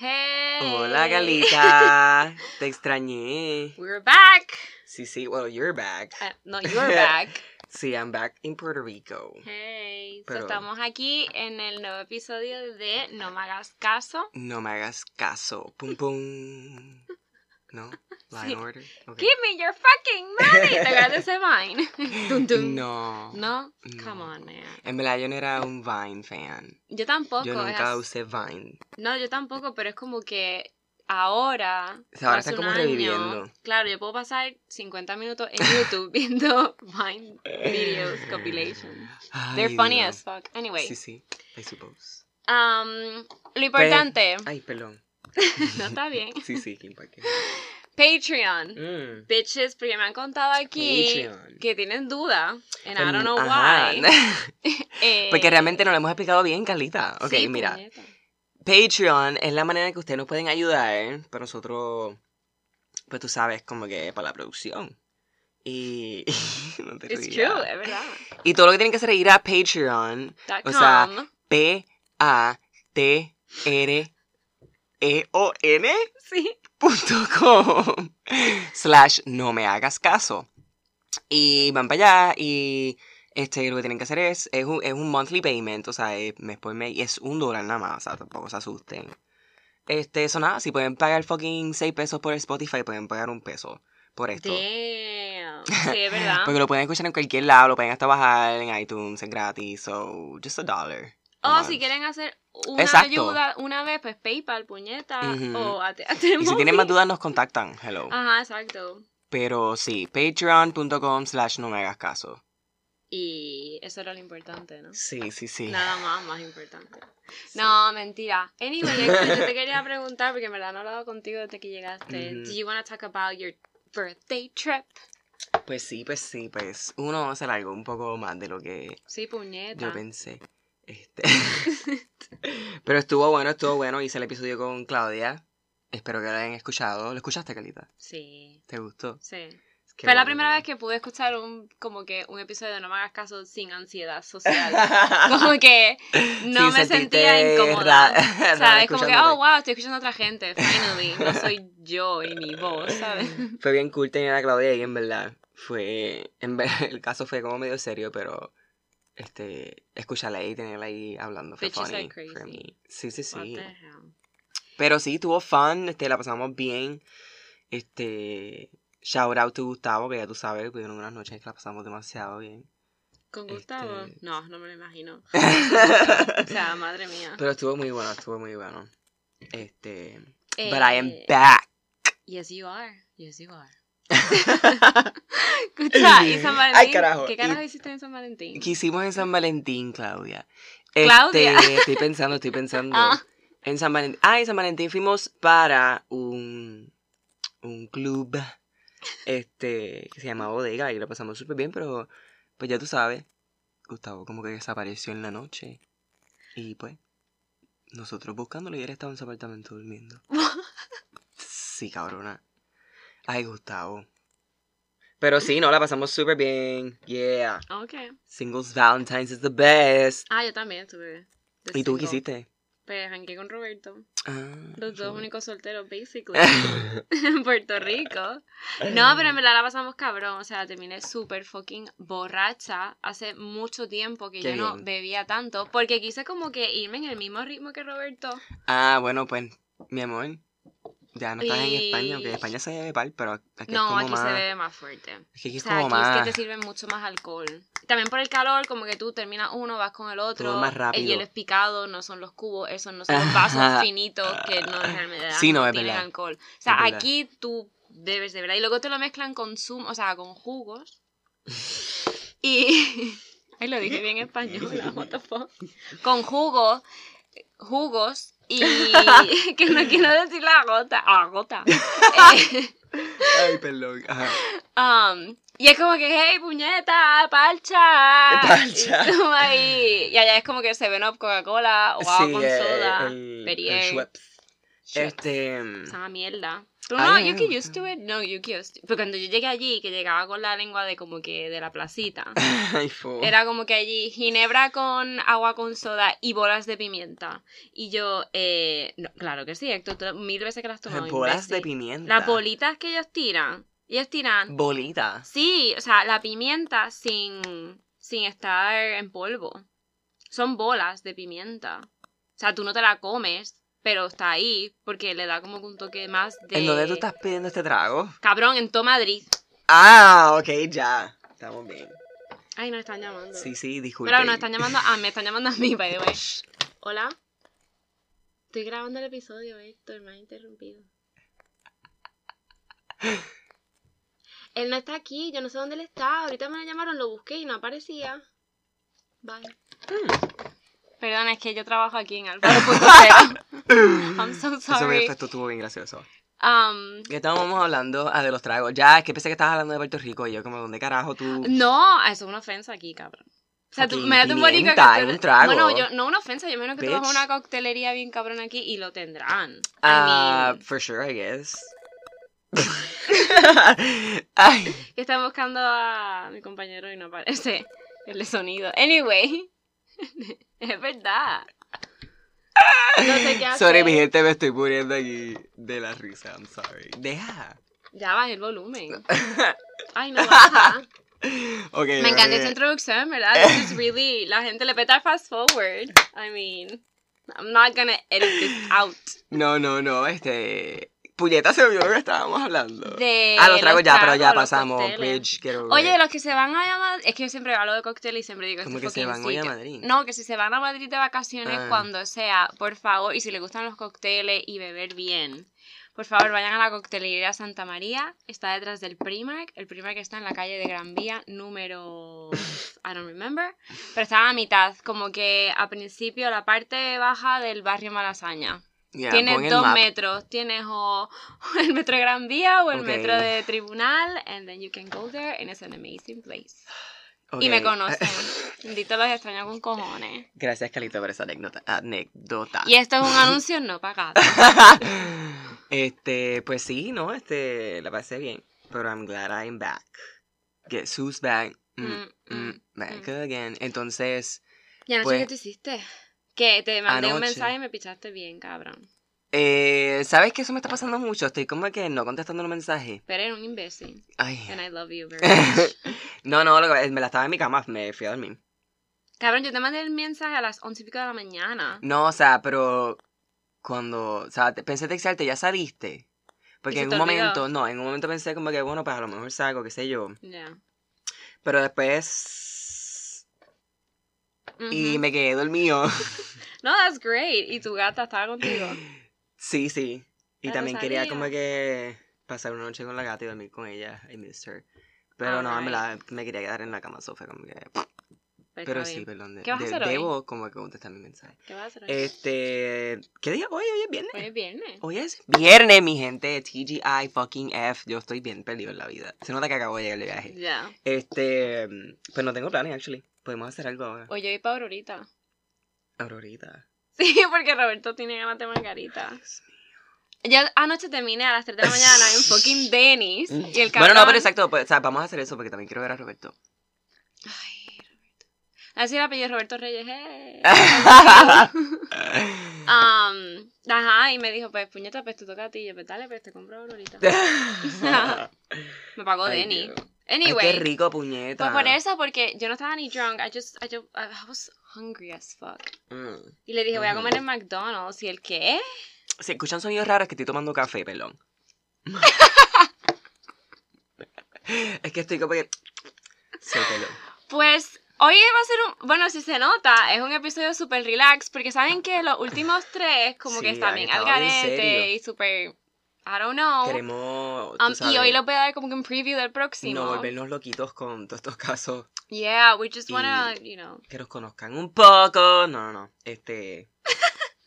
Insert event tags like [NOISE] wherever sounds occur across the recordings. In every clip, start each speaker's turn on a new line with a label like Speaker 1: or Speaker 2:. Speaker 1: Hey.
Speaker 2: Hola,
Speaker 1: [LAUGHS]
Speaker 2: Galita. Te extrañé.
Speaker 1: We're back.
Speaker 2: Sí, sí, well, you're back.
Speaker 1: Uh,
Speaker 2: [LAUGHS]
Speaker 1: no, you're back.
Speaker 2: Sí, I'm back in Puerto Rico.
Speaker 1: Hey. So
Speaker 2: Pero-
Speaker 1: estamos aquí en el nuevo episodio de No me hagas caso.
Speaker 2: No me hagas caso. Pum, pum. ¿No? Line
Speaker 1: Sí.
Speaker 2: order. Ok.
Speaker 1: Give me your fucking money. ¿Te acuerdas de
Speaker 2: [LAUGHS]
Speaker 1: ese Vine? [LAUGHS] Dun, dun.
Speaker 2: No.
Speaker 1: No?
Speaker 2: No.
Speaker 1: Come on, man.
Speaker 2: En verdad, yo no era un Vine fan.
Speaker 1: Yo tampoco.
Speaker 2: Yo
Speaker 1: es
Speaker 2: nunca
Speaker 1: as-
Speaker 2: usé Vine.
Speaker 1: No, yo tampoco, pero es como que ahora.
Speaker 2: O sea, ahora
Speaker 1: hace
Speaker 2: está
Speaker 1: un
Speaker 2: como
Speaker 1: año,
Speaker 2: reviviendo.
Speaker 1: Claro, yo puedo pasar 50 minutos en YouTube [LAUGHS] viendo Vine videos, compilations.
Speaker 2: Ay,
Speaker 1: They're funny
Speaker 2: Dios.
Speaker 1: as fuck. Anyway,
Speaker 2: Sí, sí. I suppose.
Speaker 1: um, lo importante.
Speaker 2: Ay, perdón.
Speaker 1: [LAUGHS] no está bien.
Speaker 2: Sí, sí,
Speaker 1: [LAUGHS]
Speaker 2: qué empaque.
Speaker 1: Patreon.
Speaker 2: Mm.
Speaker 1: Bitches, porque me han contado aquí
Speaker 2: Patreon.
Speaker 1: que tienen duda. And I
Speaker 2: Em,
Speaker 1: don't know
Speaker 2: ajá.
Speaker 1: why. Eh,
Speaker 2: [LAUGHS] Porque realmente no lo hemos explicado bien, Carlita. Ok,
Speaker 1: sí, pues.
Speaker 2: mira.
Speaker 1: puñeta.
Speaker 2: Patreon es la manera en que ustedes nos pueden ayudar, pero nosotros, pues tú sabes, como que para la producción. Y. [LAUGHS] no te
Speaker 1: It's
Speaker 2: rías.
Speaker 1: true, es verdad.
Speaker 2: [LAUGHS] Y todo lo que tienen que hacer es ir a Patreon,
Speaker 1: Dot
Speaker 2: O sea,
Speaker 1: com. [LAUGHS]
Speaker 2: P-A-T-R-E-O-N. E
Speaker 1: sí.
Speaker 2: com slash no me hagas caso y van para allá y este lo que tienen que hacer es es un, es un monthly payment o sea es mes por mes y es un dólar nada más o sea tampoco se asusten este eso nada si pueden pagar fucking 6 pesos por Spotify pueden pagar un peso por esto [LAUGHS] Pues,
Speaker 1: Damn. Sí, es verdad.
Speaker 2: porque lo pueden escuchar en cualquier lado lo pueden hasta bajar en iTunes es gratis so just a dollar
Speaker 1: O
Speaker 2: a
Speaker 1: si
Speaker 2: month.
Speaker 1: quieren hacer una
Speaker 2: Exacto.
Speaker 1: ayuda una vez, pues PayPal, puñeta.
Speaker 2: Ujú.
Speaker 1: O a, [LAUGHS] te- a
Speaker 2: y si
Speaker 1: Temovi.
Speaker 2: tienen más dudas nos contactan hello
Speaker 1: Ajá, exacto.
Speaker 2: pero sí patreon.com slash no me hagas caso
Speaker 1: Y eso era lo importante, ¿no?
Speaker 2: Sí, sí, sí.
Speaker 1: Nada más, más importante. No, mentira. Anyway, es que yo te
Speaker 2: [LAUGHS]
Speaker 1: quería preguntar, porque en verdad no he hablado contigo desde que llegaste.
Speaker 2: Ujú.
Speaker 1: Do you want to talk about your birthday trip?
Speaker 2: Pues sí, pues sí, pues uno se largó un poco más de lo que
Speaker 1: Sí,
Speaker 2: yo
Speaker 1: puñeta.
Speaker 2: pensé. Este. [LAUGHS] Pero estuvo bueno, estuvo bueno. Hice el episodio con Claudia. Espero que lo hayan escuchado. ¿Lo escuchaste, Calita?
Speaker 1: [LAUGHS] sí,
Speaker 2: ¿Te gustó?
Speaker 1: sí.
Speaker 2: Qué
Speaker 1: Fue la
Speaker 2: bueno
Speaker 1: primera
Speaker 2: [LAUGHS]
Speaker 1: vez que pude escuchar un, como que un episodio de No me hagas caso sin ansiedad social.
Speaker 2: [LAUGHS]
Speaker 1: Como que no
Speaker 2: Sí,
Speaker 1: me
Speaker 2: sentiste
Speaker 1: sentía
Speaker 2: [LAUGHS]
Speaker 1: incómoda.
Speaker 2: ra-
Speaker 1: O sea,
Speaker 2: rara
Speaker 1: es como que, oh,
Speaker 2: escuchándote.
Speaker 1: wow, estoy escuchando a otra gente, finally. No soy yo y mi voz,
Speaker 2: [LAUGHS]
Speaker 1: ¿sabes?
Speaker 2: Fue bien cool tener a Claudia ahí, en verdad. Fue. En ver- [LAUGHS] el caso fue como medio serio, pero. Este. Escucharla ahí y tenerla ahí hablando fue
Speaker 1: Bitches
Speaker 2: funny.
Speaker 1: are
Speaker 2: for
Speaker 1: crazy.
Speaker 2: me. Sí, sí, sí.
Speaker 1: What the hell.
Speaker 2: Pero sí, tuvo fun, este, la pasamos bien. Este, shout out to Gustavo, que ya tú sabes, tuvieron unas noches que la pasamos demasiado bien.
Speaker 1: ¿Con Gustavo?
Speaker 2: Este-
Speaker 1: No, no me lo
Speaker 2: [LAUGHS]
Speaker 1: imagino. O sea, madre mía.
Speaker 2: Pero estuvo muy bueno, estuvo muy bueno. Este,
Speaker 1: Eh,
Speaker 2: but I am back.
Speaker 1: Yes, you are. Yes, you
Speaker 2: [LAUGHS]
Speaker 1: are. Escucha, ¿y San Valentín?
Speaker 2: Ay, carajo,
Speaker 1: ¿Qué
Speaker 2: y-
Speaker 1: carajo hiciste en San Valentín?
Speaker 2: ¿Qué hicimos en San Valentín, Claudia? Este,
Speaker 1: Claudia.
Speaker 2: Estoy pensando, estoy pensando.
Speaker 1: [LAUGHS] Ah.
Speaker 2: En San Valentín. Ah, en San Valentín fuimos para un, un club este, que se llama Bodega y lo pasamos súper bien, pero pues ya tú sabes, Gustavo como que desapareció en la noche. Y pues, nosotros buscándolo y él estaba en su
Speaker 1: [LAUGHS]
Speaker 2: apartamento durmiendo. sí, cabrona. Ay, Gustavo. Pero sí, no, la pasamos súper bien. Yeah.
Speaker 1: Ah, Ok.
Speaker 2: Singles Valentine's is the best.
Speaker 1: Ah, yo también estuve. de
Speaker 2: ¿Y tú
Speaker 1: single.
Speaker 2: qué hiciste?
Speaker 1: Pues jangué con Roberto.
Speaker 2: Ah,
Speaker 1: Los dos
Speaker 2: yo- [LAUGHS]
Speaker 1: únicos solteros, basically. en Puerto Rico. No, pero en verdad la pasamos cabrón. O sea, terminé súper fucking borracha. Hace mucho tiempo que yo
Speaker 2: Qué
Speaker 1: no
Speaker 2: bien.
Speaker 1: bebía tanto. Porque quise como que irme en el mismo ritmo que Roberto.
Speaker 2: Ah, bueno, pues, mi amor, ya no estás en España, aunque en
Speaker 1: Y-
Speaker 2: España se bebe pal, pero aquí es
Speaker 1: no,
Speaker 2: como
Speaker 1: aquí
Speaker 2: más...
Speaker 1: se bebe más fuerte.
Speaker 2: Es que aquí
Speaker 1: O
Speaker 2: es
Speaker 1: sea, aquí
Speaker 2: como más...
Speaker 1: es que te sirven mucho más alcohol. También por el calor, como que tú terminas uno, vas con el otro.
Speaker 2: Todo más rápido.
Speaker 1: El hielo es picado, no son los cubos, esos no son los vasos
Speaker 2: [LAUGHS] Ajá.
Speaker 1: finitos que no realmente
Speaker 2: Sí, no, es
Speaker 1: tienen
Speaker 2: verdad.
Speaker 1: alcohol. O sea,
Speaker 2: Es verdad.
Speaker 1: aquí tú bebes de verdad. Y luego te lo mezclan con zumo, o sea, con
Speaker 2: [LAUGHS]
Speaker 1: jugos. Y. Ay, lo dije bien en español,
Speaker 2: [LAUGHS]
Speaker 1: la what the fuck. Con jugos, jugos.
Speaker 2: [LAUGHS]
Speaker 1: Y [LAUGHS] que no quiero decir la gota, ah,
Speaker 2: [LAUGHS]
Speaker 1: gota. Eh,
Speaker 2: Ay, perdón.
Speaker 1: [LAUGHS]
Speaker 2: Ajá.
Speaker 1: Um, y es como que, hey, puñeta, parcha.
Speaker 2: Parcha.
Speaker 1: Y, tú ahí, y allá es como que se ven up Coca-Cola o agua
Speaker 2: Sí,
Speaker 1: con
Speaker 2: eh,
Speaker 1: soda.
Speaker 2: el, el
Speaker 1: Perrier.
Speaker 2: Schweppes.
Speaker 1: Shit.
Speaker 2: Este.
Speaker 1: Esa mierda. Pero
Speaker 2: Ay,
Speaker 1: no,
Speaker 2: a mí
Speaker 1: you
Speaker 2: me
Speaker 1: get
Speaker 2: gusta.
Speaker 1: used to it. No, you get used to it. Pero cuando yo llegué allí, que llegaba con la lengua de como que de la
Speaker 2: [LAUGHS]
Speaker 1: placita,
Speaker 2: [LAUGHS] Ay, fo. [LAUGHS]
Speaker 1: era como que allí ginebra con agua con soda y bolas de pimienta. Y yo, eh, no, claro que sí, Héctor, tú mil veces que las has tomado.
Speaker 2: Bolas de
Speaker 1: imbécil.
Speaker 2: pimienta.
Speaker 1: Las bolitas que ellos tiran, ellos tiran,
Speaker 2: Bolitas.
Speaker 1: sí, o sea, la pimienta sin, sin estar en polvo. Son bolas de pimienta. O sea, tú no te la comes, pero está ahí porque le da como que un toque más de...
Speaker 2: ¿En dónde tú estás pidiendo este trago?
Speaker 1: Cabrón, en todo Madrid.
Speaker 2: Ah, ok, ya. Estamos bien.
Speaker 1: Ay, nos están llamando.
Speaker 2: Sí, sí, disculpe.
Speaker 1: Pero nos están llamando a... Me están llamando a mí, by the way. [LAUGHS] Hola. Estoy grabando el episodio, Héctor. Me ha interrumpido. Él no está aquí. Yo no sé dónde él está. Ahorita me lo llamaron, lo busqué y no aparecía. Bye. Perdón, es que yo trabajo aquí en [LAUGHS] Alfaro.0. I'm so
Speaker 2: Eso me
Speaker 1: sorry.
Speaker 2: esto estuvo bien gracioso.
Speaker 1: Um,
Speaker 2: Ya estábamos hablando ah, de los tragos. Ya, es que pensé que estabas hablando de Puerto Rico y yo como, ¿dónde carajo tú?
Speaker 1: Mm, No, eso es una ofensa aquí, cabrón. O sea, tú
Speaker 2: Fucking
Speaker 1: me das un borico
Speaker 2: pimienta,
Speaker 1: que
Speaker 2: es
Speaker 1: tú-
Speaker 2: un trago.
Speaker 1: Bueno, yo, no una ofensa, yo menos que tú vas a
Speaker 2: Bitch.
Speaker 1: una coctelería bien cabrón aquí y lo tendrán. I
Speaker 2: Ah,
Speaker 1: mean,
Speaker 2: for sure,
Speaker 1: [LAUGHS]
Speaker 2: I guess. Ay,
Speaker 1: que están buscando a mi compañero y no aparece [LAUGHS] el de sonido. Anyway, [LAUGHS] es verdad. No sé qué hacer.
Speaker 2: sorry, mi gente, me estoy muriendo aquí de la risa. I'm sorry. Deja.
Speaker 1: Ya baja el
Speaker 2: [LAUGHS]
Speaker 1: volumen. Ay, no baja.
Speaker 2: Ok,
Speaker 1: Me encanta
Speaker 2: bebé.
Speaker 1: esa introducción, ¿verdad? This is really... La gente le peta fast forward. I mean... I'm not gonna edit this out.
Speaker 2: No, no, no, este. Puñeta se me olvidó lo que estábamos hablando.
Speaker 1: De
Speaker 2: ah, los tragos ya, pero ya
Speaker 1: tragos, los
Speaker 2: pasamos.
Speaker 1: cócteles.
Speaker 2: Bridge, quiero. ver.
Speaker 1: Oye, los que se van a Madrid, es que yo siempre hablo de cóctel y siempre digo
Speaker 2: ¿Cómo
Speaker 1: este
Speaker 2: que se
Speaker 1: fucking
Speaker 2: van hoy a
Speaker 1: sitio.
Speaker 2: Madrid?
Speaker 1: No, que si se van a Madrid de vacaciones
Speaker 2: Ah.
Speaker 1: cuando sea, por favor, y si les gustan los cócteles y beber bien, por favor vayan a la coctelería Santa María, está detrás del Primark, el Primark está en la calle de Gran Vía número I don't remember, pero está a la mitad, como que a principio la parte baja del barrio Malasaña.
Speaker 2: Ya, pon
Speaker 1: Tienes
Speaker 2: el
Speaker 1: dos
Speaker 2: map.
Speaker 1: metros. Tienes o, [LAUGHS] o el metro de Gran Vía o el
Speaker 2: Ok.
Speaker 1: metro de Tribunal. And then you can go there and it's an amazing place. Y me
Speaker 2: Ok. [LAUGHS]
Speaker 1: conocen. Bendito los extraño con cojones.
Speaker 2: Gracias, Calito, por esa anécdota. anécdota.
Speaker 1: Y esto es un anuncio no pagado.
Speaker 2: [LAUGHS] este, pues sí, no, este, la pasé bien. Pero I'm glad I'm back. Get Sue's back. Mm,
Speaker 1: Mm,
Speaker 2: mm,
Speaker 1: mm,
Speaker 2: back again. Entonces,
Speaker 1: Y anoche,
Speaker 2: Pues-
Speaker 1: ¿qué tú hiciste? Que te mandé un
Speaker 2: Anoche.
Speaker 1: mensaje y me pichaste bien, cabrón.
Speaker 2: eh, ¿sabes que eso me está pasando mucho? Estoy como que no contestando los mensajes.
Speaker 1: Pero eres un imbécil.
Speaker 2: Ay.
Speaker 1: And I love you
Speaker 2: [LAUGHS]
Speaker 1: very much.
Speaker 2: no, no, lo que- me la estaba en mi cama, me fui a dormir.
Speaker 1: cabrón, yo te mandé el mensaje a las once y pico de la mañana.
Speaker 2: No, o sea, pero cuando, o sea, te- pensé textearte, ya saliste.
Speaker 1: ¿Y se
Speaker 2: Porque en
Speaker 1: te
Speaker 2: un
Speaker 1: olvidó?
Speaker 2: momento, no, en un momento pensé como que, bueno, pues a lo mejor salgo, qué sé yo.
Speaker 1: Ya.
Speaker 2: Pero después... Y
Speaker 1: Ujú.
Speaker 2: me quedé dormido.
Speaker 1: No, that's great. Y tu gata estaba
Speaker 2: [LAUGHS]
Speaker 1: contigo.
Speaker 2: sí, sí. Y
Speaker 1: Pero
Speaker 2: también quería
Speaker 1: sabía.
Speaker 2: como que pasar una noche con la gata y dormir con ella, I missed her. Pero
Speaker 1: Ah,
Speaker 2: no, me, la- me quería quedar en la cama sofá como que...
Speaker 1: Pues
Speaker 2: Pero
Speaker 1: está
Speaker 2: sí,
Speaker 1: bien.
Speaker 2: perdón. de-
Speaker 1: ¿Qué vas a
Speaker 2: de-
Speaker 1: hacer hoy?
Speaker 2: debo como que contestar mi mensaje.
Speaker 1: ¿Qué vas a hacer hoy?
Speaker 2: Este... ¿Qué día? Hoy, hoy es viernes.
Speaker 1: Hoy es viernes.
Speaker 2: Hoy es viernes, mi gente. TGI fucking F. Yo estoy bien perdido en la vida. Se nota que acabo de llegar de
Speaker 1: Ya.
Speaker 2: viaje. Este. mm, Pues no tengo planes, actually. Podemos hacer algo ahora.
Speaker 1: Hoy yo voy para Aurorita.
Speaker 2: Aurorita.
Speaker 1: [LAUGHS] Sí, porque Roberto tiene ganas de margarita.
Speaker 2: Dios mío.
Speaker 1: Yo anoche terminé a las 3 de la mañana en fucking Dennis. Y el
Speaker 2: Bueno,
Speaker 1: cabrón...
Speaker 2: no, pero exacto. Pues, o sea, vamos a hacer eso porque también quiero ver
Speaker 1: [LAUGHS]
Speaker 2: a Roberto.
Speaker 1: Ay, Roberto. Así el apellido Roberto Reyes.
Speaker 2: [LAUGHS]
Speaker 1: eh. Um, ajá, y me dijo, pues puñeta, pues te toca a ti. Y yo, pues dale, pues te compro
Speaker 2: [LAUGHS]
Speaker 1: Aurorita. Me pagó
Speaker 2: Ay,
Speaker 1: Oh, Denny.
Speaker 2: Dios. Ay,
Speaker 1: Anyway.
Speaker 2: qué rico, puñeta.
Speaker 1: Pues por eso, porque yo no estaba ni drunk. I just, I just, I was hungry as fuck.
Speaker 2: Mm.
Speaker 1: Y le dije, voy a
Speaker 2: Ujú.
Speaker 1: comer en McDonald's. ¿Y el qué?
Speaker 2: Si escuchan sonidos raros, es que estoy tomando café, perdón. [LAUGHS] es que estoy como que. Sí, perdón.
Speaker 1: Pues hoy va a ser un. Bueno, si se nota, es un episodio súper relax, porque saben que los últimos tres, como
Speaker 2: Sí,
Speaker 1: que están
Speaker 2: han
Speaker 1: bien al
Speaker 2: estado bien
Speaker 1: garete y
Speaker 2: serios.
Speaker 1: súper. I don't know.
Speaker 2: Queremos. tú
Speaker 1: Um, y hoy
Speaker 2: sabes,
Speaker 1: les voy a dar como que un preview del próximo.
Speaker 2: no volvernos loquitos con todos estos casos.
Speaker 1: Yeah, we just wanna, you know.
Speaker 2: Que nos conozcan un poco. No, no, no. Este.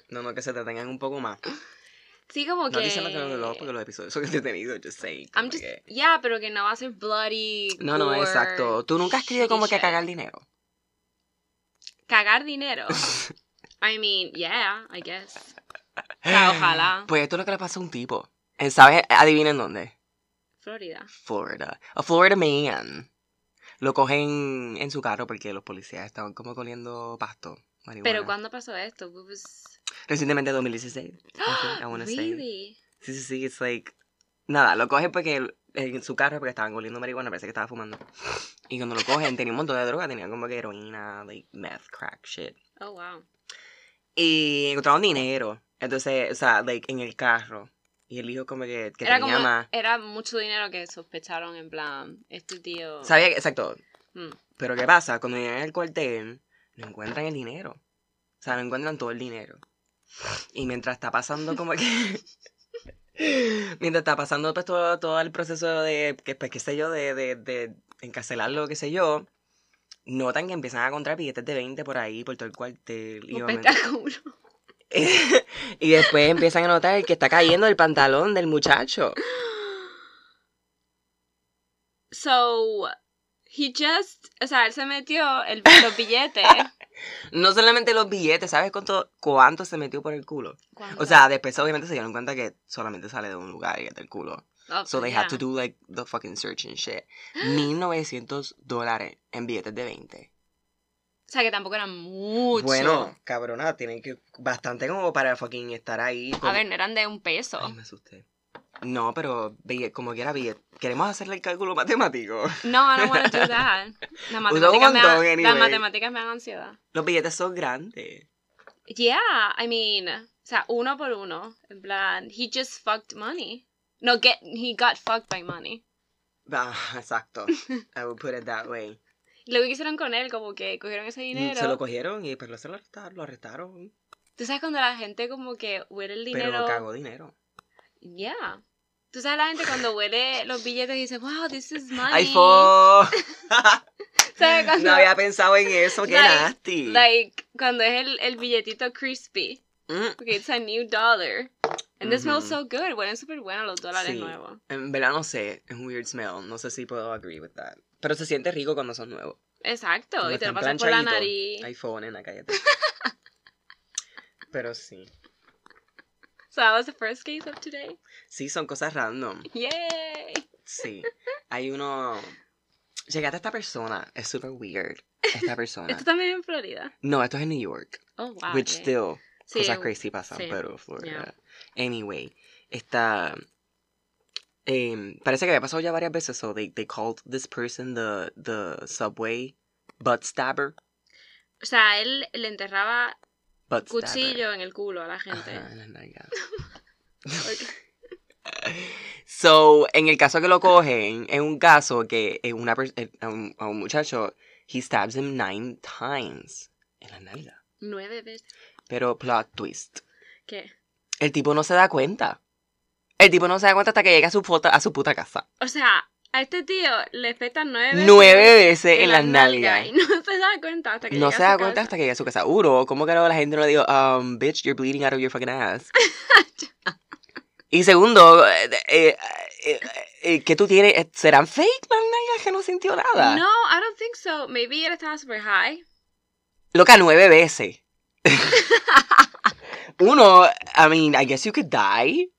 Speaker 2: No, no, que se detengan un poco más.
Speaker 1: Sí, como
Speaker 2: No
Speaker 1: que.
Speaker 2: diciendo que los dos, porque los episodios son entretenidos, just saying.
Speaker 1: I'm
Speaker 2: como
Speaker 1: just.
Speaker 2: que-
Speaker 1: Yeah, pero que no va a ser bloody.
Speaker 2: No, no,
Speaker 1: gore,
Speaker 2: exacto. Tú nunca has querido como que
Speaker 1: shitty shit.
Speaker 2: cagar dinero. [LAUGHS]
Speaker 1: Cagar dinero. I mean, yeah, I guess. sea, ojalá.
Speaker 2: Pues esto es lo que le pasa a un tipo. Eh, ¿Sabes? Adivinen dónde.
Speaker 1: Florida.
Speaker 2: Florida. A Florida man. Lo cogen en su carro porque los policías estaban como coliendo pasto. marihuana.
Speaker 1: Pero ¿cuándo pasó esto? What was-
Speaker 2: Recientemente 2016. I think, I wanna say.
Speaker 1: Really?
Speaker 2: Sí, sí, sí, it's like. Nada, lo cogen porque el- en su carro porque estaban oliendo marihuana, parece que estaba fumando. Y cuando lo cogen, tenía un montón de droga, tenía como que heroína, like meth, crack, shit.
Speaker 1: Oh, wow.
Speaker 2: Y encontraron dinero. Entonces, o sea, like en el carro. Y el hijo como que, que
Speaker 1: era
Speaker 2: tenía
Speaker 1: como
Speaker 2: más.
Speaker 1: era mucho dinero que sospecharon en plan, este tío.
Speaker 2: Sabía que, exacto.
Speaker 1: Mm.
Speaker 2: Pero ¿qué pasa? Cuando llegan al cuartel, no encuentran el dinero. O sea, no encuentran todo el dinero. Y mientras está pasando
Speaker 1: [LAUGHS]
Speaker 2: como que... mientras está pasando pues, todo, todo el proceso de, que, pues, qué sé yo, de, de, de encarcelarlo, qué sé yo, notan que empiezan a encontrar billetes de 20 por ahí, por todo el cuartel. Y,
Speaker 1: Un
Speaker 2: obviamente-
Speaker 1: espectáculo. [LAUGHS]
Speaker 2: [LAUGHS] y después empiezan a notar que está cayendo el pantalón del muchacho.
Speaker 1: So, he just, o sea, él se metió el, los
Speaker 2: [LAUGHS]
Speaker 1: billetes.
Speaker 2: No solamente los billetes, ¿sabes cuánto, cuánto se metió por el culo? O
Speaker 1: ¿Cuánto?
Speaker 2: sea, después obviamente se dieron cuenta que solamente sale de un lugar y es del culo.
Speaker 1: Oh,
Speaker 2: So they
Speaker 1: yeah.
Speaker 2: had to do like the fucking search and shit. 1900 dólares en billetes de 20.
Speaker 1: O sea, que tampoco era mucho.
Speaker 2: Bueno, cabrona, tienen que bastante como para fucking estar ahí.
Speaker 1: A
Speaker 2: con-
Speaker 1: ver, no eran de un peso.
Speaker 2: Ay, me asusté. No, pero billet- como quiera billet. Queremos hacerle el cálculo matemático.
Speaker 1: No, I don't want
Speaker 2: [LAUGHS]
Speaker 1: to do that. Las matemáticas,
Speaker 2: montón,
Speaker 1: me dan,
Speaker 2: anyway.
Speaker 1: las matemáticas me dan ansiedad.
Speaker 2: Los billetes son grandes.
Speaker 1: Yeah, I mean, o sea, uno por uno. En plan, he just fucked money. No, get, he got fucked by money.
Speaker 2: Ah, exacto. I would put it that way.
Speaker 1: Y Luego, ¿qué hicieron con él? Como que cogieron ese dinero.
Speaker 2: Mm, Se lo cogieron y pues lo se lo arrestaron. Lo arrestaron
Speaker 1: Tú sabes cuando la gente como que huele el dinero.
Speaker 2: pero cagó dinero.
Speaker 1: Yeah. Tú sabes la gente cuando huele los billetes y dice, wow, this is money.
Speaker 2: ¡Ay, fo!
Speaker 1: [LAUGHS] ¿Sabes cuando,
Speaker 2: No había pensado en eso, qué
Speaker 1: Like-
Speaker 2: nasty.
Speaker 1: like, cuando es el, el billetito crispy?
Speaker 2: Mm,
Speaker 1: Porque it's a new dollar. And this
Speaker 2: Ujú.
Speaker 1: smells so good. Huelen súper bueno los dólares
Speaker 2: Sí.
Speaker 1: nuevos.
Speaker 2: En verdad no sé, es un weird smell, no sé si puedo agree with that. Pero se siente rico cuando son nuevos.
Speaker 1: Exacto.
Speaker 2: Cuando
Speaker 1: y te lo
Speaker 2: están
Speaker 1: pasas por la
Speaker 2: planchaditos.
Speaker 1: nariz.
Speaker 2: Ay, fo, nena, cállate. Pero sí.
Speaker 1: So that was the first case of today.
Speaker 2: Sí, son cosas random.
Speaker 1: Yay.
Speaker 2: Sí. Hay uno... Llegaste a esta persona, es super weird. Esta persona.
Speaker 1: [LAUGHS] Esto también en Florida.
Speaker 2: No, esto es en New York.
Speaker 1: Oh, wow.
Speaker 2: Ah. Which
Speaker 1: ok.
Speaker 2: still,
Speaker 1: Sí,
Speaker 2: cosas crazy pasan,
Speaker 1: sí.
Speaker 2: pero Florida. Anyway, esta... em, parece que había pasado ya varias veces, so they, they called this person the, the subway butt stabber.
Speaker 1: O sea, él le enterraba
Speaker 2: Butt stabber.
Speaker 1: cuchillo en el culo a la gente.
Speaker 2: Ajá, en
Speaker 1: [LAUGHS]
Speaker 2: las nalgas.
Speaker 1: Ok.
Speaker 2: So, en el caso que lo cogen, es un caso que eh, una pers- eh, a, un, a un muchacho, he stabs him nine times en la nalga.
Speaker 1: [LAUGHS] Nueve veces.
Speaker 2: Pero plot twist.
Speaker 1: ¿Qué?
Speaker 2: El tipo no se da cuenta. El tipo no se da cuenta hasta que llega a su, puta- a su puta casa.
Speaker 1: O sea, a este tío le afectan nueve veces.
Speaker 2: Nueve veces en, las
Speaker 1: nalgas
Speaker 2: nalgas.
Speaker 1: Y no se da cuenta hasta que
Speaker 2: No
Speaker 1: llega
Speaker 2: se
Speaker 1: a su
Speaker 2: da cuenta
Speaker 1: casa.
Speaker 2: hasta que llega a su casa. Uro, ¿cómo que no la gente no le digo, um, bitch, you're bleeding out of your
Speaker 1: [LAUGHS]
Speaker 2: fucking ass? y segundo, eh, eh, eh, eh, ¿qué tú tienes? Eh, ¿Serán fake las nalgas que no sintió nada?
Speaker 1: No, I don't think so. Maybe él estaba super high.
Speaker 2: Loca,
Speaker 1: [LAUGHS]
Speaker 2: nueve veces. Uno, I mean, I guess you could
Speaker 1: [LAUGHS]
Speaker 2: die.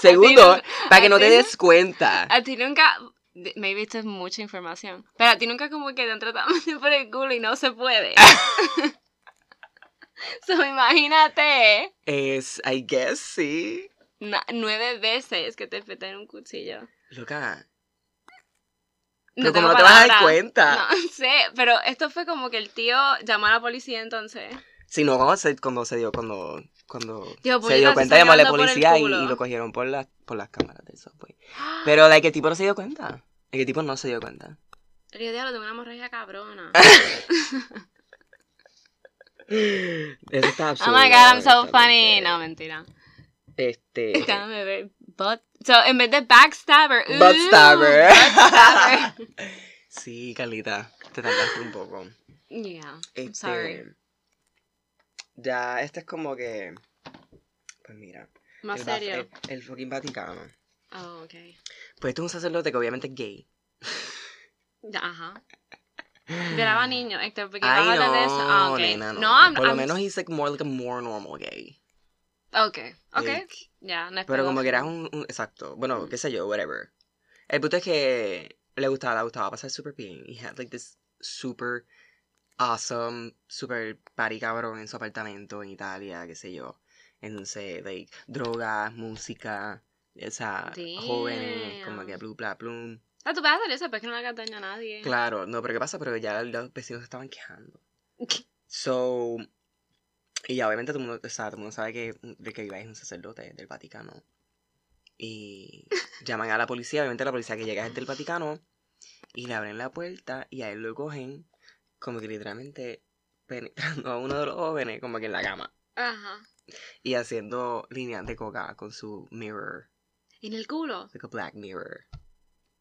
Speaker 2: Segundo,
Speaker 1: A ti nu-
Speaker 2: para que no
Speaker 1: a
Speaker 2: te
Speaker 1: ti nu-
Speaker 2: des cuenta.
Speaker 1: A ti nunca... Maybe esto es mucha información. Pero a ti nunca como que te han tratado [LAUGHS] de meter por el culo y no se [LAUGHS] puede. so, imagínate
Speaker 2: Es, I guess, sí.
Speaker 1: na- nueve veces que te afectan un cuchillo.
Speaker 2: Loca,
Speaker 1: No
Speaker 2: pero
Speaker 1: tengo
Speaker 2: como no te vas a dar
Speaker 1: palabras.
Speaker 2: cuenta. [LAUGHS]
Speaker 1: No [LAUGHS] sé, pero esto fue como que el tío llamó a la policía entonces.
Speaker 2: Si no, cuando se, cuando se dio, cuando, cuando
Speaker 1: Tío,
Speaker 2: se
Speaker 1: puñeta,
Speaker 2: dio
Speaker 1: se
Speaker 2: cuenta,
Speaker 1: está
Speaker 2: llamó a la
Speaker 1: cagando por el
Speaker 2: policía y,
Speaker 1: culo.
Speaker 2: y lo cogieron por las, por las cámaras del subway.
Speaker 1: [GASPS]
Speaker 2: Pero, like, el tipo no se dio cuenta. El tipo no se dio cuenta.
Speaker 1: El día diablo, tengo una hemorragia cabrona.
Speaker 2: Ah, Eso está
Speaker 1: Oh
Speaker 2: absurdo.
Speaker 1: my god, I'm so
Speaker 2: honestamente.
Speaker 1: funny. No, mentira.
Speaker 2: Este.
Speaker 1: Déjame ver. Butt. So, en vez de backstabber. ooh,
Speaker 2: Butt stabber. [LAUGHS]
Speaker 1: butt
Speaker 2: sí, Carlita, te tardaste un poco.
Speaker 1: yeah.
Speaker 2: Este,
Speaker 1: sorry.
Speaker 2: Ya, este es como que. Pues mira.
Speaker 1: Más
Speaker 2: el va-
Speaker 1: serio.
Speaker 2: El, el fucking Vaticano.
Speaker 1: Oh, okay.
Speaker 2: Pues este es un sacerdote que obviamente es gay.
Speaker 1: Ajá. Violaba niños, Héctor, este, porque
Speaker 2: Ah.
Speaker 1: vamos
Speaker 2: Ay,
Speaker 1: a hablar de eso. Ah,
Speaker 2: no,
Speaker 1: ok.
Speaker 2: nena, no.
Speaker 1: No, I'm-
Speaker 2: Por lo
Speaker 1: I'm-
Speaker 2: menos he's like more like a more normal gay.
Speaker 1: Ok, ok.
Speaker 2: Like,
Speaker 1: Ya, no es
Speaker 2: Pero como que
Speaker 1: pedófilo.
Speaker 2: era un, un- Exacto. Bueno,
Speaker 1: Mm.
Speaker 2: qué sé yo, whatever. El punto es que le gustaba, le gustaba pasar súper bien. He had like this super awesome, super party cabrón en su apartamento en Italia, qué sé yo. Entonces, like, drogas, música, o sea, jóvenes, como que
Speaker 1: Damn.
Speaker 2: blu, bla, plum.
Speaker 1: Ah, tú puedes hacer eso, pero es que no le hagas daño a nadie.
Speaker 2: Claro, no, pero ¿qué pasa? Pero ya los vecinos se estaban quejando. So, y ya obviamente todo el mundo, o sea, todo el mundo sabe que, de que iba es un sacerdote del Vaticano. Y llaman a la policía, obviamente la policía que llega es del Vaticano, y le abren la puerta y a él lo cogen como que literalmente penetrando a uno de los jóvenes como que en la cama
Speaker 1: Ajá.
Speaker 2: y haciendo líneas de coca con su mirror,
Speaker 1: En el culo.
Speaker 2: like a black mirror.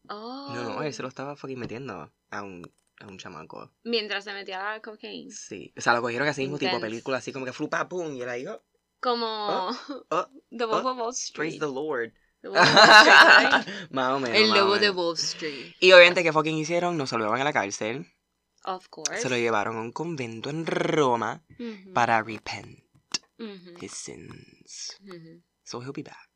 Speaker 1: Oh.
Speaker 2: No, no, él se lo estaba fucking metiendo a un, a un chamaco.
Speaker 1: Mientras se metía la cocaína.
Speaker 2: Sí. O sea, lo cogieron así mismo tipo
Speaker 1: Intense.
Speaker 2: película, así como que flupa, pum, y él ahí, oh,
Speaker 1: Como.
Speaker 2: oh,
Speaker 1: [LAUGHS] The Wolf of Wall
Speaker 2: praise
Speaker 1: Street.
Speaker 2: the Ah, Lord.
Speaker 1: The Wolf of Wall Street, [LAUGHS]
Speaker 2: [LAUGHS]
Speaker 1: right?
Speaker 2: más o menos.
Speaker 1: El
Speaker 2: más o
Speaker 1: lobo de
Speaker 2: menos.
Speaker 1: Wall Street.
Speaker 2: Y obviamente, ¿qué fucking hicieron? Nos salvaron a la cárcel.
Speaker 1: Of course.
Speaker 2: Se lo llevaron a un convento en Roma
Speaker 1: Ujú,
Speaker 2: para repent
Speaker 1: ujú,
Speaker 2: his sins.
Speaker 1: ujú.
Speaker 2: So he'll be back.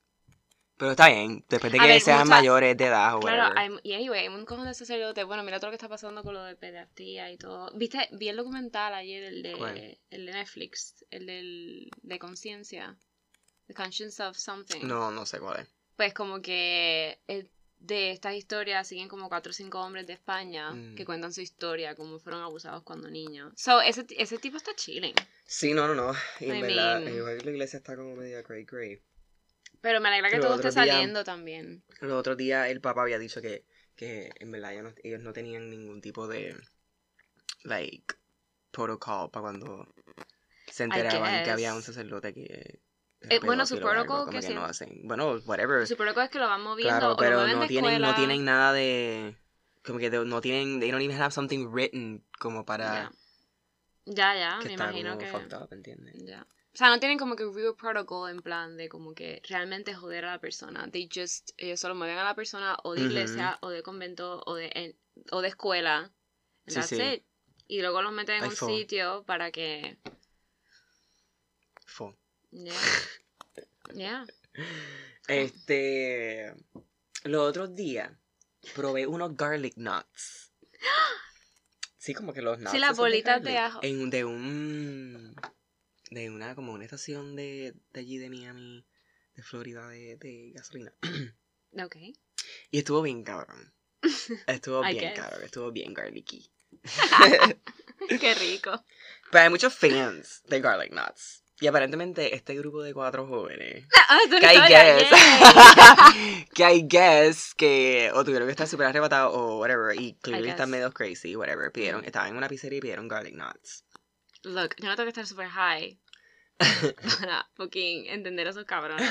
Speaker 2: Pero está bien, después de
Speaker 1: A
Speaker 2: que
Speaker 1: ver,
Speaker 2: sean
Speaker 1: mucha-
Speaker 2: mayores de edad o
Speaker 1: Claro,
Speaker 2: whatever.
Speaker 1: hay, y anyway, hay un montón de sacerdotes. Bueno, mira todo lo que está pasando con lo de pediatría y todo. ¿Viste? Vi el documental ayer, el
Speaker 2: ¿Cuál?
Speaker 1: de, el de Netflix, el del, de conciencia. The Conscience of Something.
Speaker 2: No, no sé cuál es.
Speaker 1: pues como que eh, de estas historias siguen como cuatro o cinco hombres de España
Speaker 2: Mm.
Speaker 1: que cuentan su historia, como fueron abusados cuando niños. So, ese, ti- ese tipo está chilling.
Speaker 2: Sí, no, no, no. Y en
Speaker 1: I
Speaker 2: verdad,
Speaker 1: mean-
Speaker 2: igual que la iglesia está como media cray cray.
Speaker 1: Pero me alegra que
Speaker 2: Pero
Speaker 1: todo
Speaker 2: otro
Speaker 1: esté
Speaker 2: día-
Speaker 1: saliendo también.
Speaker 2: El otro día el papá había dicho que, que en verdad ellos no, ellos no tenían ningún tipo de, like, protocol para cuando se enteraban que
Speaker 1: guess.
Speaker 2: había un sacerdote que...
Speaker 1: Eh, bueno, su
Speaker 2: pedófilo o algo,
Speaker 1: protocol
Speaker 2: como
Speaker 1: que
Speaker 2: que no
Speaker 1: se-
Speaker 2: hacen. Bueno, whatever.
Speaker 1: Supongo que es que lo van moviendo
Speaker 2: Claro,
Speaker 1: o lo
Speaker 2: pero
Speaker 1: mueven
Speaker 2: no
Speaker 1: de
Speaker 2: tienen,
Speaker 1: escuela.
Speaker 2: no tienen nada de... Como que de- no tienen... They don't even have something written como para...
Speaker 1: Ya, ya,
Speaker 2: que
Speaker 1: ah, me
Speaker 2: está
Speaker 1: imagino
Speaker 2: como
Speaker 1: que...
Speaker 2: fucked up, ¿entiendes?
Speaker 1: Ya. O sea, no tienen como que real protocol en plan de como que realmente joder a la persona. They just, ellos solo mueven a la persona o de
Speaker 2: Ujú.
Speaker 1: iglesia o de convento o de, en- o de escuela. And
Speaker 2: Sí,
Speaker 1: that's
Speaker 2: sí.
Speaker 1: it. Y luego los meten en
Speaker 2: Ahí
Speaker 1: un
Speaker 2: fue.
Speaker 1: sitio para que...
Speaker 2: Fuck. [LAUGHS]
Speaker 1: Yeah. Yeah.
Speaker 2: Este... Los otros días probé unos garlic nuts. Sí, como
Speaker 1: [GASPS]
Speaker 2: que los nuts.
Speaker 1: las
Speaker 2: esos de
Speaker 1: bolitas de
Speaker 2: garlic,
Speaker 1: ajo.
Speaker 2: En, un- de un... De una, como una estación de, de allí de Miami, de Florida, de, de gasolina. [LAUGHS]
Speaker 1: Ok.
Speaker 2: Y estuvo
Speaker 1: [LAUGHS]
Speaker 2: bien cabrón. Estuvo
Speaker 1: I
Speaker 2: bien
Speaker 1: guess.
Speaker 2: cabrón, estuvo bien
Speaker 1: [LAUGHS]
Speaker 2: garlicky.
Speaker 1: Qué rico.
Speaker 2: Pero hay muchos fans de garlic nuts. Y aparentemente este grupo de cuatro jóvenes
Speaker 1: Ah, es una
Speaker 2: que I
Speaker 1: historia,
Speaker 2: guess.
Speaker 1: yay.
Speaker 2: [LAUGHS] que I guess que o tuvieron que estar súper arrebatados o whatever. Y clearly
Speaker 1: guess.
Speaker 2: están medio crazy, whatever. Pidieron,
Speaker 1: Mm.
Speaker 2: estaban en una pizzería y pidieron garlic nuts.
Speaker 1: Look, yo no tengo que estar super high para fucking entender a esos
Speaker 2: [LAUGHS]
Speaker 1: cabrones.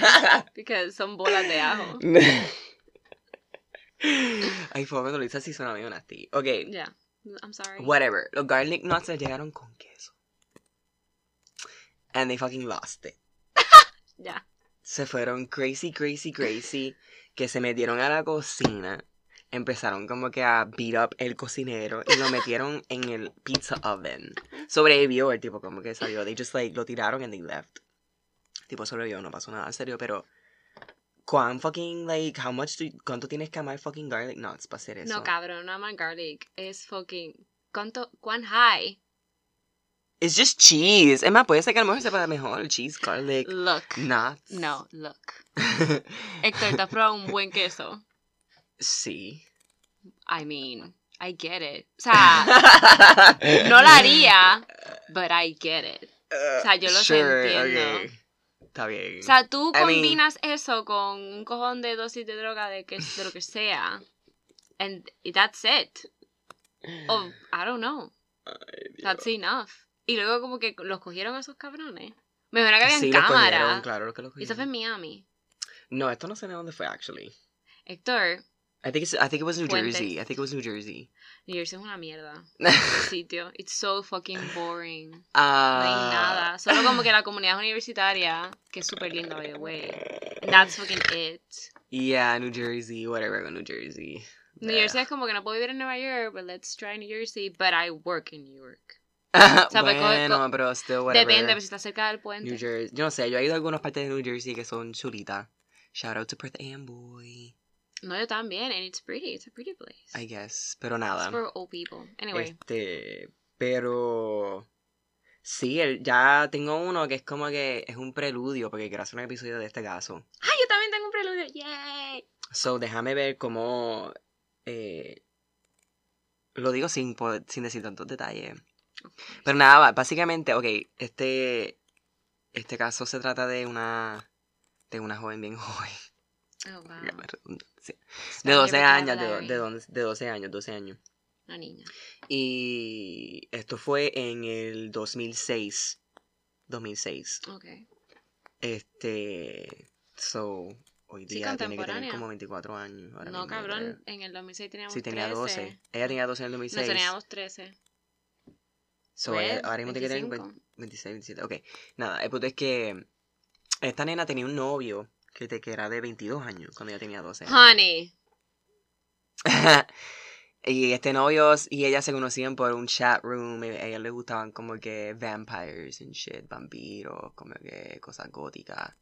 Speaker 1: Porque son bolas de ajo.
Speaker 2: Ay, fue cuando lo hice así suena medio nasty. Ok,
Speaker 1: Yeah. I'm sorry.
Speaker 2: whatever. Los garlic nuts les llegaron con queso. And they fucking lost it.
Speaker 1: [LAUGHS] Ya.
Speaker 2: Se fueron crazy, crazy, crazy. Que se metieron a la cocina. Empezaron como que a beat up el cocinero y lo metieron [LAUGHS] en el pizza oven. Sobrevivió el tipo, como que salió. They just like lo tiraron and they left. El tipo sobrevivió, no pasó nada, en serio, pero. ¿Cuán fucking, like, how much do- cuánto tienes que amar fucking garlic nuts para hacer eso?
Speaker 1: No, cabrón, no my garlic. Es fucking. ¿Cuánto? ¿Cuán high?
Speaker 2: It's just cheese. Es más, puede ser que a lo mejor sepa mejor el cheese, garlic,
Speaker 1: Look.
Speaker 2: nuts. [LAUGHS]
Speaker 1: No, look. Héctor, ¿te has probado un buen queso?
Speaker 2: sí.
Speaker 1: I mean, I get it. O
Speaker 2: [LAUGHS]
Speaker 1: sea, Ah. no lo haría, but I get it. o sea, yo los entiendo.
Speaker 2: ok. Está bien.
Speaker 1: O sea, tú
Speaker 2: I mean-
Speaker 1: combinas eso con un cojón de dosis de droga de, que, de lo que sea. And that's it. O, I don't know. That's enough. Y luego como que los cogieron a esos cabrones. Me imagino que habían
Speaker 2: Sí, los
Speaker 1: cámara.
Speaker 2: cogieron, claro, lo que los
Speaker 1: Y eso fue
Speaker 2: cogieron.
Speaker 1: en Miami.
Speaker 2: No, esto no sé de dónde fue, actually.
Speaker 1: Héctor,
Speaker 2: I think, it's, I think it was New
Speaker 1: Fuentes.
Speaker 2: Jersey. I think it was New Jersey. [LAUGHS]
Speaker 1: New Jersey es una mierda. El sitio. It's so fucking boring. No
Speaker 2: Ah.
Speaker 1: hay nada. Solo
Speaker 2: [LAUGHS]
Speaker 1: como que la comunidad universitaria, que es súper linda, by the way. That's fucking it.
Speaker 2: Yeah, New Jersey, whatever, New Jersey.
Speaker 1: New Jersey es como que no puedo vivir en Nueva York, but let's try New Jersey, but I work in New York.
Speaker 2: Ajá,
Speaker 1: sea, pues, co-
Speaker 2: bueno,
Speaker 1: co-
Speaker 2: pero still whatever.
Speaker 1: Depende, pero si está cerca del puente.
Speaker 2: New Jersey. Yo no sé, yo he ido a algunas partes de New Jersey que son chulitas. Shout out to Perth Amboy,
Speaker 1: No, yo también, and it's pretty, it's a pretty place.
Speaker 2: I guess. Pero
Speaker 1: It's
Speaker 2: nada.
Speaker 1: for old people. Anyway,
Speaker 2: Este, pero sí, el- ya tengo uno que es como que es un preludio, porque quiero hacer un episodio de este caso.
Speaker 1: ¡ay, yo también tengo un preludio! ¡Yay!
Speaker 2: So, déjame ver cómo eh, lo digo sin, po- sin decir tantos detalles. Pero nada, ba- básicamente, ok, este, este caso se trata de una, de una joven bien [LAUGHS] joven.
Speaker 1: Oh,
Speaker 2: [LAUGHS]
Speaker 1: wow.
Speaker 2: válgame la redundancia, De
Speaker 1: Expand
Speaker 2: 12
Speaker 1: your
Speaker 2: años, de, do-
Speaker 1: vocabulary.
Speaker 2: de, don- de 12 años, 12 años.
Speaker 1: Una niña.
Speaker 2: Y esto fue en el 2006. 2006.
Speaker 1: Ok.
Speaker 2: Este. So, hoy
Speaker 1: Sí,
Speaker 2: día tiene que tener
Speaker 1: contemporánea.
Speaker 2: como 24 años. ahora
Speaker 1: no,
Speaker 2: mismo, yo
Speaker 1: cabrón,
Speaker 2: creo.
Speaker 1: en el 2006 teníamos
Speaker 2: Sí, tenía 12.
Speaker 1: 13.
Speaker 2: Ella tenía 12 en el
Speaker 1: No,
Speaker 2: 2006.
Speaker 1: teníamos 13.
Speaker 2: So,
Speaker 1: Pues,
Speaker 2: ella- ahora mismo tiene que tener
Speaker 1: 25.
Speaker 2: 26, 27. Ok. Nada, el punto es que. Esta nena tenía un novio que, te, que era de 22 años cuando ella tenía 12. años.
Speaker 1: Honey.
Speaker 2: [LAUGHS] y este novio y ella se conocían por un chat room. y A ella le gustaban como que vampires and shit, vampiros, como que cosas góticas.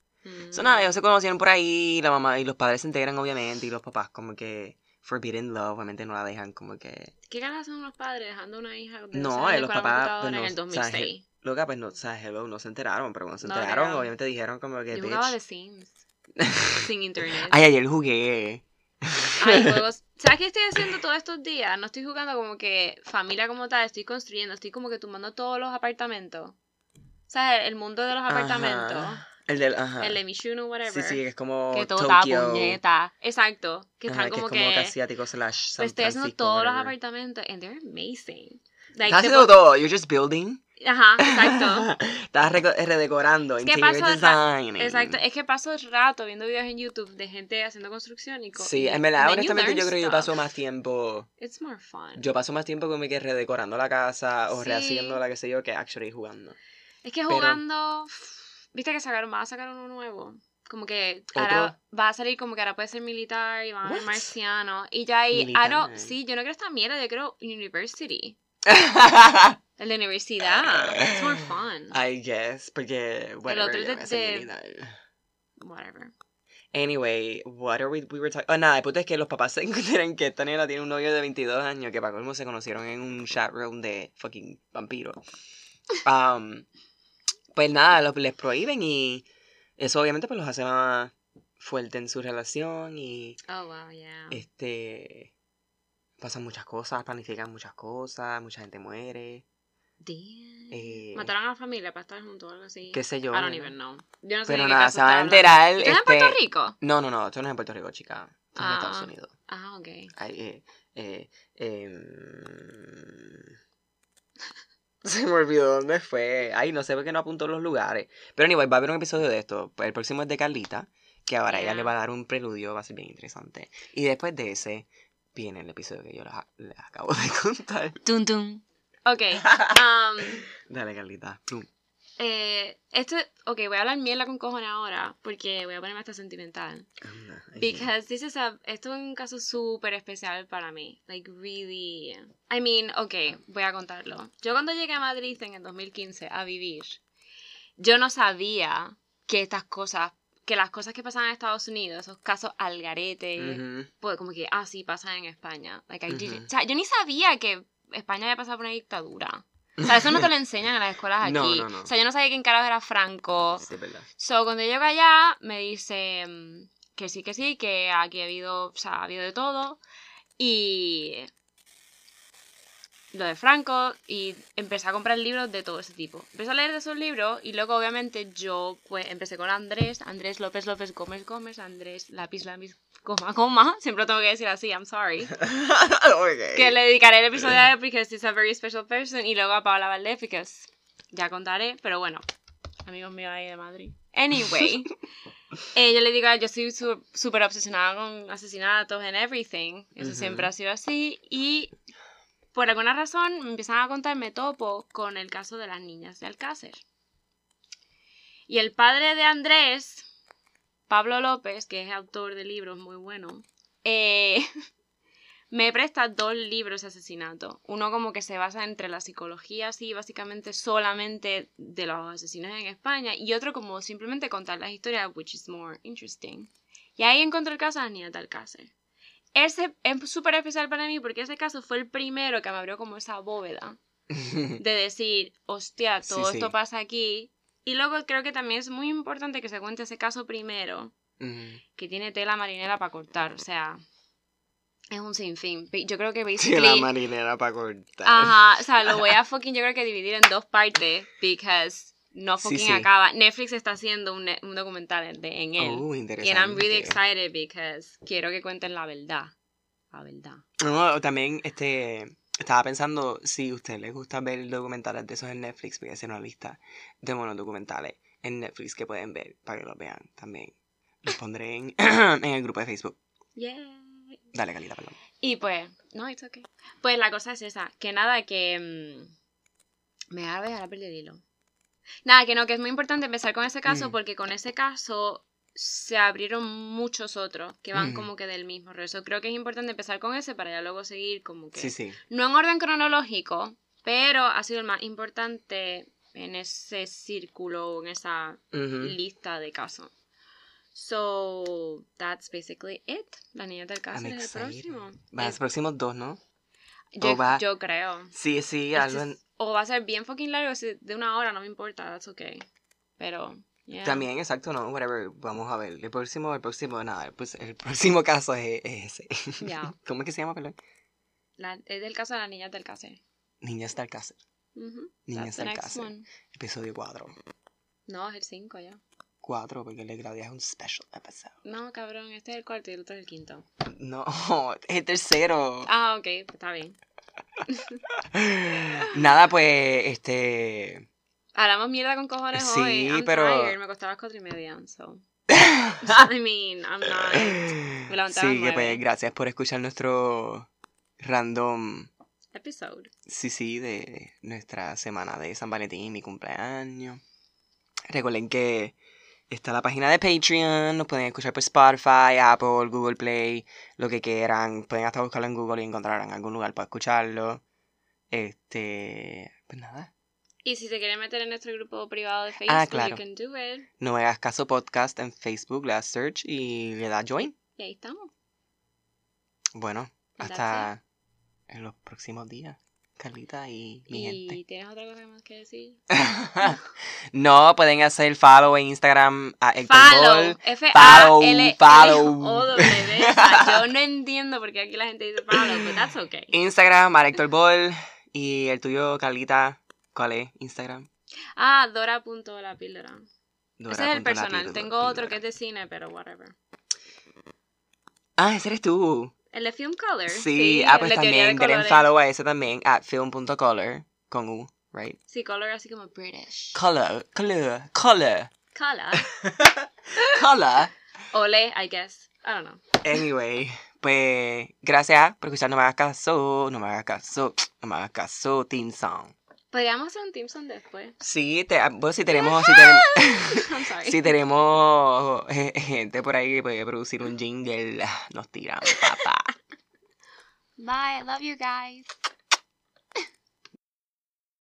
Speaker 2: So, nada, ellos se conocieron por ahí. y La mamá y los padres se integran, obviamente. Y los papás, como que Forbidden Love, obviamente no la dejan como que.
Speaker 1: Mm. ¿Qué ganas son los padres dejando una hija de
Speaker 2: No,
Speaker 1: 12 años
Speaker 2: eh, los
Speaker 1: con la
Speaker 2: papás,
Speaker 1: computadora
Speaker 2: pues,
Speaker 1: en
Speaker 2: no,
Speaker 1: el
Speaker 2: o sea, je-
Speaker 1: 2006?
Speaker 2: Loca, pues no, o sea, hello, no se enteraron, pero cuando se
Speaker 1: No,
Speaker 2: enteraron,
Speaker 1: pero-
Speaker 2: obviamente dijeron como que.
Speaker 1: Yo jugaba The
Speaker 2: "Bitch".
Speaker 1: Sims.
Speaker 2: [LAUGHS]
Speaker 1: Sin internet.
Speaker 2: Ay, ayer jugué. [LAUGHS]
Speaker 1: Ay, juegos. ¿Sabes qué estoy haciendo todos estos días? No estoy jugando como que familia como tal, estoy construyendo, estoy como que tumbando todos los apartamentos. ¿Sabes? El mundo de los apartamentos.
Speaker 2: Ajá. El del. Ajá.
Speaker 1: El de Mishuno, whatever.
Speaker 2: Sí, sí, que es como.
Speaker 1: que todo estaba
Speaker 2: Tokio.
Speaker 1: puñeta. Exacto. Que están
Speaker 2: Ajá,
Speaker 1: como
Speaker 2: es como
Speaker 1: que.
Speaker 2: asiático slash San
Speaker 1: pues estoy haciendo
Speaker 2: Francisco,
Speaker 1: todos los
Speaker 2: whatever.
Speaker 1: apartamentos. And they're amazing. Like,
Speaker 2: Estás
Speaker 1: te pon-
Speaker 2: haciendo todo, you're just building.
Speaker 1: Ajá, exacto.
Speaker 2: [LAUGHS] Estás reco- redecorando,
Speaker 1: Es que
Speaker 2: interior
Speaker 1: paso de ra-
Speaker 2: design.
Speaker 1: Exacto, es que paso el rato viendo videos en YouTube de gente haciendo construcción y co-
Speaker 2: Sí,
Speaker 1: y-
Speaker 2: en verdad,
Speaker 1: and then you
Speaker 2: honestamente, yo
Speaker 1: learn
Speaker 2: creo que yo
Speaker 1: stuff.
Speaker 2: paso más tiempo.
Speaker 1: It's more fun.
Speaker 2: Yo paso más tiempo como que redecorando la casa o
Speaker 1: Sí.
Speaker 2: rehaciendo la que sé yo que
Speaker 1: [LAUGHS]
Speaker 2: actually jugando.
Speaker 1: es que
Speaker 2: pero-
Speaker 1: jugando. Viste que sacaron, va a sacar uno nuevo. Como que ahora va a salir como que ahora puede ser militar y va a haber
Speaker 2: What?
Speaker 1: marciano. Y ya ahí,
Speaker 2: Militar.
Speaker 1: ah, no, sí, yo no quiero esta mierda, yo quiero university. El de universidad.
Speaker 2: Eh.
Speaker 1: It's more fun.
Speaker 2: I guess, porque bueno,
Speaker 1: otro es de- de- Whatever.
Speaker 2: Anyway, what are we, we were talking... Oh, nada, el punto es que los papás se [LAUGHS] enteran que esta nena tiene un novio de 22 años que para colmo se conocieron en un chat room de fucking vampiro. Um, pues nada, los, les prohíben y eso obviamente pues los hace más fuerte en su relación y
Speaker 1: Oh, wow, yeah.
Speaker 2: este... Pasan muchas cosas, planifican muchas cosas, mucha gente muere,
Speaker 1: Damn.
Speaker 2: eh,
Speaker 1: Mataron a la familia para estar juntos o algo así.
Speaker 2: qué sé yo.
Speaker 1: I don't even know. Yo no sé
Speaker 2: Pero
Speaker 1: de qué
Speaker 2: nada,
Speaker 1: caso
Speaker 2: se van
Speaker 1: está
Speaker 2: a
Speaker 1: hablando.
Speaker 2: enterar.
Speaker 1: ¿Estás en
Speaker 2: este-
Speaker 1: Puerto Rico?
Speaker 2: No, no, no, esto no es en Puerto Rico, chica. Esto es en
Speaker 1: Ah.
Speaker 2: Estados Unidos.
Speaker 1: Ah, ok.
Speaker 2: Ay, eh, eh, em, [LAUGHS] Se me olvidó dónde fue. Ay, no sé por qué no apuntó los lugares. Pero anyway, va a haber un episodio de esto. Pues, El próximo es de Carlita, que ahora ella
Speaker 1: Ya.
Speaker 2: le va a dar un preludio, va a ser bien interesante. Y después de ese, viene el episodio que yo les, a- les acabo de [LAUGHS] contar.
Speaker 1: Tum, tum.
Speaker 2: [LAUGHS]
Speaker 1: Ok. um,
Speaker 2: Dale, Carlita. Plum.
Speaker 1: eh, esto, ok, voy a hablar mierda con cojones ahora porque voy a ponerme hasta sentimental.
Speaker 2: Anda, ay,
Speaker 1: Because this is a, esto es un caso súper especial para mí. Like, really. I mean, ok, voy a contarlo. Yo cuando llegué a Madrid en el 2015 a vivir, yo no sabía que estas cosas, que las cosas que pasaban en Estados Unidos, esos casos al garete,
Speaker 2: Ujú.
Speaker 1: pues como que, ah, sí, pasan en España. Like, I didn't-
Speaker 2: Ujú.
Speaker 1: O sea, yo ni sabía que España había pasado por una dictadura. O sea, eso no te
Speaker 2: [LAUGHS]
Speaker 1: lo enseñan en las escuelas aquí.
Speaker 2: No, no, no.
Speaker 1: O sea, yo no sabía quién carajo era Franco.
Speaker 2: Sí,
Speaker 1: [LAUGHS]
Speaker 2: es verdad.
Speaker 1: So, cuando llego allá, me dice mm, que sí, que sí, que aquí ha habido, o sea, ha habido de todo. Y lo de Franco, y empecé a comprar libros de todo ese tipo. Empecé a leer de esos libros, y luego, obviamente, yo pues, empecé con Andrés, Andrés López López Gómez Gómez, Andrés Lápiz Lápiz, coma, coma. [LAUGHS] Siempre lo tengo que decir así, I'm sorry.
Speaker 2: Ok.
Speaker 1: Que le dedicaré el episodio a él, [CLEARS THROAT] porque es a very special person, y luego a Paola Valdés, porque ya contaré, pero bueno, amigos míos ahí de Madrid. [LAUGHS] Anyway, eh, yo le digo, yo soy su- súper obsesionada con asesinatos and everything, eso
Speaker 2: Ujú.
Speaker 1: siempre ha sido así, y por alguna razón me empiezan a contar, me topo con el caso de las niñas de Alcácer. Y el padre de Andrés, Pablo López, que es autor de libros muy bueno, eh, Me presta dos libros de asesinato. Uno como que se basa entre la psicología, así, básicamente solamente de los asesinos en España, y otro como simplemente contar las historias, which is more interesting. Y ahí encontré el caso de Anita Alcácer. Ese es súper especial para mí porque ese caso fue el primero que me abrió como esa
Speaker 2: [LAUGHS]
Speaker 1: bóveda de decir, hostia, todo
Speaker 2: Sí, sí.
Speaker 1: esto pasa aquí. Y luego creo que también es muy importante que se cuente ese caso primero,
Speaker 2: Ujú.
Speaker 1: que tiene tela marinera para cortar, o sea, es un sinfín. Pe- Yo creo que
Speaker 2: Sí, la
Speaker 1: basically... ah,
Speaker 2: marinera para cortar.
Speaker 1: Ajá, o sea, lo voy a fucking, yo creo que dividir en dos partes, because no
Speaker 2: Sí,
Speaker 1: fucking
Speaker 2: sí.
Speaker 1: acaba. Netflix está haciendo un, ne- un documental de- en él.
Speaker 2: Uh,
Speaker 1: y I'm really
Speaker 2: interesante.
Speaker 1: excited because quiero que cuenten la verdad. La verdad.
Speaker 2: No, también este estaba pensando si a usted les gusta ver documentales de esos en Netflix, voy a hacer una lista de buenos documentales en Netflix que pueden ver para que los vean también. Los pondré en, [CLEARS THROAT] en el grupo de Facebook.
Speaker 1: Yay.
Speaker 2: Dale, Calita, perdón.
Speaker 1: Y pues, no, it's okay. Pues la cosa es esa, que nada, que... mm, me va a dejar perder el hilo. Nada, que no, que es muy importante empezar con ese caso
Speaker 2: Mm.
Speaker 1: porque con ese caso se abrieron muchos otros que van
Speaker 2: Mm.
Speaker 1: como que del mismo rezo. Creo que es importante empezar con ese para ya luego seguir como que...
Speaker 2: Sí, sí.
Speaker 1: No en orden cronológico, pero ha sido el más importante en ese círculo, en esa
Speaker 2: Ujú.
Speaker 1: lista de casos. So, that's basically it. La niña del caso
Speaker 2: I'm
Speaker 1: es el
Speaker 2: excited.
Speaker 1: próximo.
Speaker 2: Va, los
Speaker 1: Es-
Speaker 2: próximos dos, ¿no?
Speaker 1: yo,
Speaker 2: o va-
Speaker 1: yo creo.
Speaker 2: Sí, sí,
Speaker 1: Este
Speaker 2: algo en-
Speaker 1: es- O va a ser bien fucking largo, si de una hora, no me importa, that's okay. Pero, yeah. [LAUGHS]
Speaker 2: También, exacto, no, whatever, vamos a ver. El próximo, el próximo, nada, pues el próximo [LAUGHS] caso es, es ese.
Speaker 1: Ya.
Speaker 2: ¿Cómo es que se llama, perdón?
Speaker 1: La- es del caso de la niña del cácer.
Speaker 2: Niñas del Alcácer,
Speaker 1: Ujú,
Speaker 2: Niñas
Speaker 1: that's the
Speaker 2: del
Speaker 1: next
Speaker 2: Alcácer.
Speaker 1: one.
Speaker 2: episodio 4.
Speaker 1: No, es el 5 ya.
Speaker 2: 4, porque le gradué es un special episode.
Speaker 1: No, cabrón, este es el cuarto y el otro es el quinto.
Speaker 2: No, [LAUGHS] es el tercero.
Speaker 1: Ah, ok, pues está bien.
Speaker 2: Nada, pues, este.
Speaker 1: Hablamos mierda con cojones
Speaker 2: Sí,
Speaker 1: hoy. I'm
Speaker 2: pero-
Speaker 1: tired, Me costaba las cuatro y media, so. [LAUGHS] I mean, I'm not. Me levantaba a las
Speaker 2: sí, que
Speaker 1: nueve.
Speaker 2: pues, gracias por escuchar nuestro random.
Speaker 1: Episode.
Speaker 2: Sí, sí, de nuestra semana de San Valentín y mi cumpleaños. Recuerden que está la página de Patreon, nos pueden escuchar por Spotify, Apple, Google Play, lo que quieran. Pueden hasta buscarlo en Google y encontrarán algún lugar para escucharlo. Este, pues nada.
Speaker 1: Y si se quieren meter en nuestro grupo privado de Facebook,
Speaker 2: Ah,
Speaker 1: you
Speaker 2: claro.
Speaker 1: can do it.
Speaker 2: No me hagas caso podcast en Facebook, le das search y le das join.
Speaker 1: Y ahí estamos.
Speaker 2: Bueno,
Speaker 1: That's
Speaker 2: hasta en los próximos días. Carlita y mi
Speaker 1: y [LAUGHS]
Speaker 2: gente. [LAUGHS]
Speaker 1: tienes otra cosa más que decir.
Speaker 2: no, pueden hacer follow en Instagram a Héctor
Speaker 1: Follow.
Speaker 2: Ball.
Speaker 1: F A
Speaker 2: Follow,
Speaker 1: L E,
Speaker 2: follow.
Speaker 1: O W. O sea, Yo no entiendo por qué aquí la gente dice follow, but that's okay.
Speaker 2: Instagram a Héctor Ball. Y el tuyo, Carlita, ¿cuál es? Instagram.
Speaker 1: Ah, Dora.lapíldora. píldora. Ese es el
Speaker 2: Dora.lapíldora.
Speaker 1: personal. Tengo otro que es de cine, pero whatever.
Speaker 2: Ah, ese eres tú.
Speaker 1: El de Film Color.
Speaker 2: Sí,
Speaker 1: Sí,
Speaker 2: ah, pues
Speaker 1: la teoría de
Speaker 2: también denle
Speaker 1: colores.
Speaker 2: follow a ese también, a film.color, con U, right?
Speaker 1: Sí, color así como British.
Speaker 2: Color, color, color,
Speaker 1: Color.
Speaker 2: color.
Speaker 1: Ole, I guess. I don't know.
Speaker 2: Anyway, pues gracias por escuchar No me hagas caso, no me hagas caso, no me hagas caso, Team Song.
Speaker 1: Podríamos hacer un Simpson después. [LAUGHS]
Speaker 2: Sí, te, ah, bueno, si tenemos, si tenemos,
Speaker 1: I'm sorry.
Speaker 2: si tenemos eh, gente por ahí que puede producir un jingle, nos tiramos, papá.
Speaker 1: Bye. I love you guys.